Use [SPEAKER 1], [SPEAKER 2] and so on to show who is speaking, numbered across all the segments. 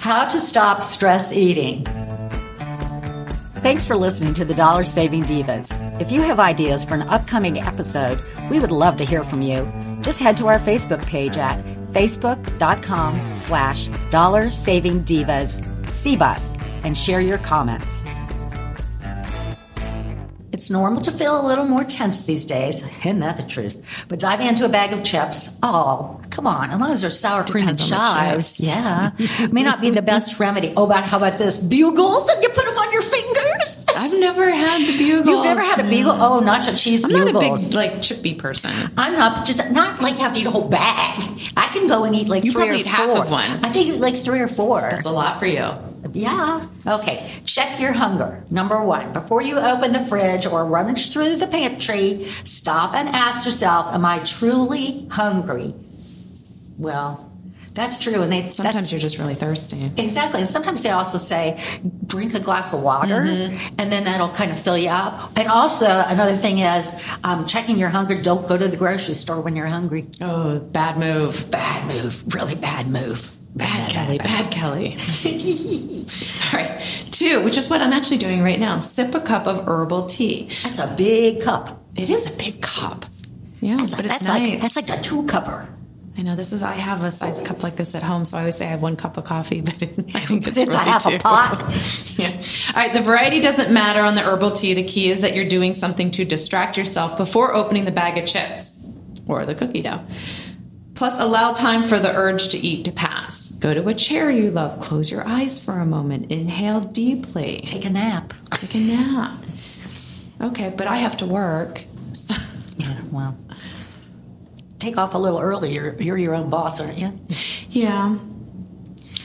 [SPEAKER 1] How to Stop Stress Eating.
[SPEAKER 2] Thanks for listening to the Dollar Saving Divas. If you have ideas for an upcoming episode, we would love to hear from you. Just head to our Facebook page at facebook.com slash dollar saving divas cbus and share your comments.
[SPEAKER 1] It's normal to feel a little more tense these days. Isn't that the truth? But diving into a bag of chips, oh, come on, as long as they're sour cream and
[SPEAKER 3] Depends on the
[SPEAKER 1] chives,
[SPEAKER 3] chips.
[SPEAKER 1] yeah, may not be the best remedy. Oh, but how about this? Bugles? And you put them on your fingers?
[SPEAKER 3] I've never had the bugles.
[SPEAKER 1] You've never had a beagle? Oh, nacho cheese
[SPEAKER 3] I'm
[SPEAKER 1] bugles.
[SPEAKER 3] not a big like chippy person.
[SPEAKER 1] I'm not just not like have to eat a whole bag. I can go and eat like
[SPEAKER 3] You
[SPEAKER 1] three or
[SPEAKER 3] probably eat half
[SPEAKER 1] four.
[SPEAKER 3] of one.
[SPEAKER 1] I think like three or four.
[SPEAKER 3] It's a lot for you.
[SPEAKER 1] Yeah. Okay. Check your hunger. Number one, before you open the fridge or rummage through the pantry, stop and ask yourself, "Am I truly hungry?" Well, that's true, and they
[SPEAKER 3] Sometimes
[SPEAKER 1] that's,
[SPEAKER 3] you're just really thirsty.
[SPEAKER 1] Exactly. And sometimes they also say, drink a glass of water,
[SPEAKER 3] Mm-hmm.
[SPEAKER 1] and then that'll kind of fill you up. And also, another thing is um, checking your hunger. Don't go to the grocery store when you're hungry.
[SPEAKER 3] Oh, bad move.
[SPEAKER 1] Bad move. Really bad move.
[SPEAKER 3] Bad Kelly, bad Kelly. All right. Two, which is what I'm actually doing right now. Sip a cup of herbal tea.
[SPEAKER 1] That's a big cup.
[SPEAKER 3] It is a big cup. Yeah,
[SPEAKER 1] That's,
[SPEAKER 3] but
[SPEAKER 1] that's
[SPEAKER 3] it's
[SPEAKER 1] like
[SPEAKER 3] nice.
[SPEAKER 1] that's like a two cupper.
[SPEAKER 3] I know this is. I have a size cup like this at home, so I always say I have one cup of coffee, but I think it's,
[SPEAKER 1] It's, a
[SPEAKER 3] really
[SPEAKER 1] half
[SPEAKER 3] two.
[SPEAKER 1] a pot.
[SPEAKER 3] yeah. All right. The variety doesn't matter on the herbal tea. The key is that you're doing something to distract yourself before opening the bag of chips or the cookie dough. Plus, allow time for the urge to eat to pass. Go to a chair you love. Close your eyes for a moment. Inhale deeply.
[SPEAKER 1] Take a nap.
[SPEAKER 3] Take a nap. Okay, but I have to work. So-
[SPEAKER 1] Yeah, well. Take off a little early. You're, you're your own boss, aren't you?
[SPEAKER 3] Yeah.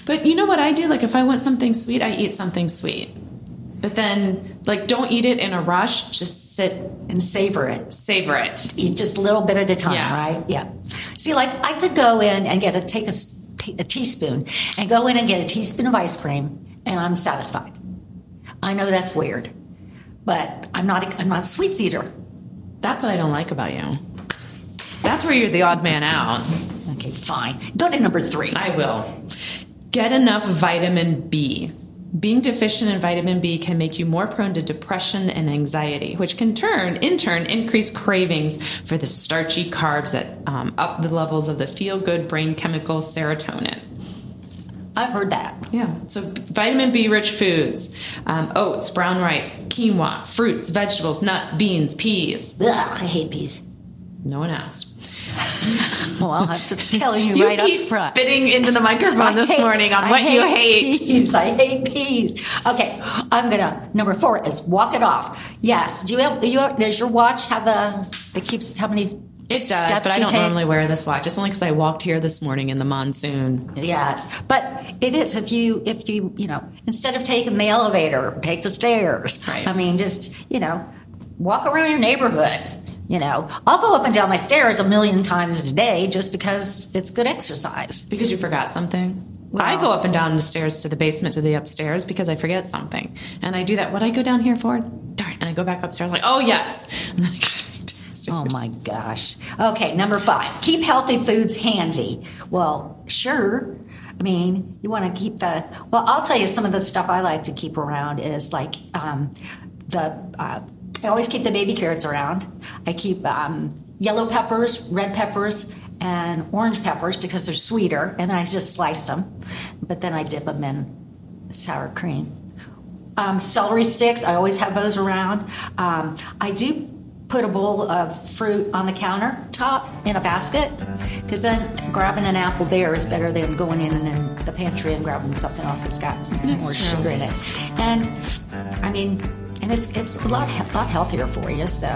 [SPEAKER 3] But you know what I do? Like, if I want something sweet, I eat something sweet. But then, like, don't eat it in a rush. Just sit,
[SPEAKER 1] And savor it.
[SPEAKER 3] savor it.
[SPEAKER 1] You just a little bit at a time,
[SPEAKER 3] Yeah.
[SPEAKER 1] right? Yeah. See, like I could go in and get a take a, s- t- a teaspoon and go in and get a teaspoon of ice cream, and I'm satisfied. I know that's weird, but I'm not a, I'm not a sweets eater.
[SPEAKER 3] That's what I don't like about you. That's where you're the odd man out.
[SPEAKER 1] Okay, fine. Go to number three.
[SPEAKER 3] I will. Get enough vitamin B. Being deficient in vitamin B can make you more prone to depression and anxiety, which can turn, in turn, increase cravings for the starchy carbs that um, up the levels of the feel good brain chemical serotonin.
[SPEAKER 1] I've heard that.
[SPEAKER 3] Yeah. So vitamin B rich foods, um, oats, brown rice, quinoa, fruits, vegetables, nuts, beans, peas.
[SPEAKER 1] Ugh, I hate peas.
[SPEAKER 3] No one asked.
[SPEAKER 1] Well, I'm just telling you,
[SPEAKER 3] You
[SPEAKER 1] right
[SPEAKER 3] keep
[SPEAKER 1] up front.
[SPEAKER 3] spitting into the microphone this
[SPEAKER 1] I hate-
[SPEAKER 3] morning on
[SPEAKER 1] I
[SPEAKER 3] what you hate.
[SPEAKER 1] Peas. I hate peas. Okay, I'm gonna number four is walk it off. Yes. Do you have? You have does your watch have a that keeps how many?
[SPEAKER 3] It does,
[SPEAKER 1] steps
[SPEAKER 3] but I
[SPEAKER 1] you
[SPEAKER 3] don't
[SPEAKER 1] take?
[SPEAKER 3] normally wear this watch. It's only because I walked here this morning in the monsoon.
[SPEAKER 1] Yes, but it is if you if you you know instead of taking the elevator, take the stairs.
[SPEAKER 3] Right.
[SPEAKER 1] I mean, just you know, walk around your neighborhood. You know, I'll go up and down my stairs a million times a day just because it's good exercise.
[SPEAKER 3] Because you forgot something. I
[SPEAKER 1] Well-
[SPEAKER 3] go up and down the stairs to the basement to the upstairs because I forget something. And I do that. What I go down here for? Darn. And I go back upstairs like, oh, yes. And then I go back downstairs.
[SPEAKER 1] Oh my gosh. Okay, number five, keep healthy foods handy. Well, sure. I mean, you want to keep the. Well, I'll tell you some of the stuff I like to keep around is like um, the. Uh, I always keep the baby carrots around. I keep um, yellow peppers, red peppers, and orange peppers because they're sweeter, and I just slice them. But then I dip them in sour cream um, celery sticks. I always have those around. Um, I do put a bowl of fruit on the countertop in a basket because then grabbing an apple there is better than going in and in the pantry and grabbing something else that's got more
[SPEAKER 3] true.
[SPEAKER 1] sugar in it. And I mean, and it's it's a lot he- lot healthier for you. So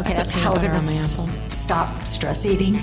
[SPEAKER 1] okay, that's
[SPEAKER 3] peanut
[SPEAKER 1] how we're
[SPEAKER 3] butter
[SPEAKER 1] gonna
[SPEAKER 3] on my
[SPEAKER 1] s-
[SPEAKER 3] apple.
[SPEAKER 1] stop stress eating.